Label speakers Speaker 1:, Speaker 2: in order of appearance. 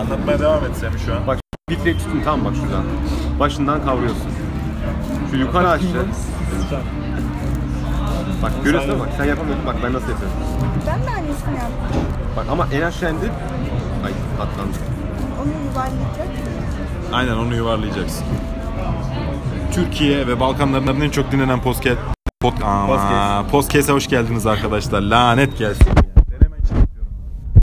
Speaker 1: Anlatmaya devam etsem şu an.
Speaker 2: Bak bitrate tutun tam bak şuradan. Başından kavruyorsun. Şu yukarı aşağı. Bak görüyorsun değil mi? Bak sen yapamıyorsun. Bak ben nasıl yapıyorum.
Speaker 3: Ben de aynısını yaptım.
Speaker 2: Bak ama en aşağı indir. Ay patlandı.
Speaker 3: Onu yuvarlayacak.
Speaker 1: Aynen onu yuvarlayacaksın. Türkiye ve Balkanların en çok dinlenen podcast Pod, Aa,
Speaker 2: Podcast.
Speaker 1: e Podcast'e hoş geldiniz arkadaşlar. Lanet gelsin.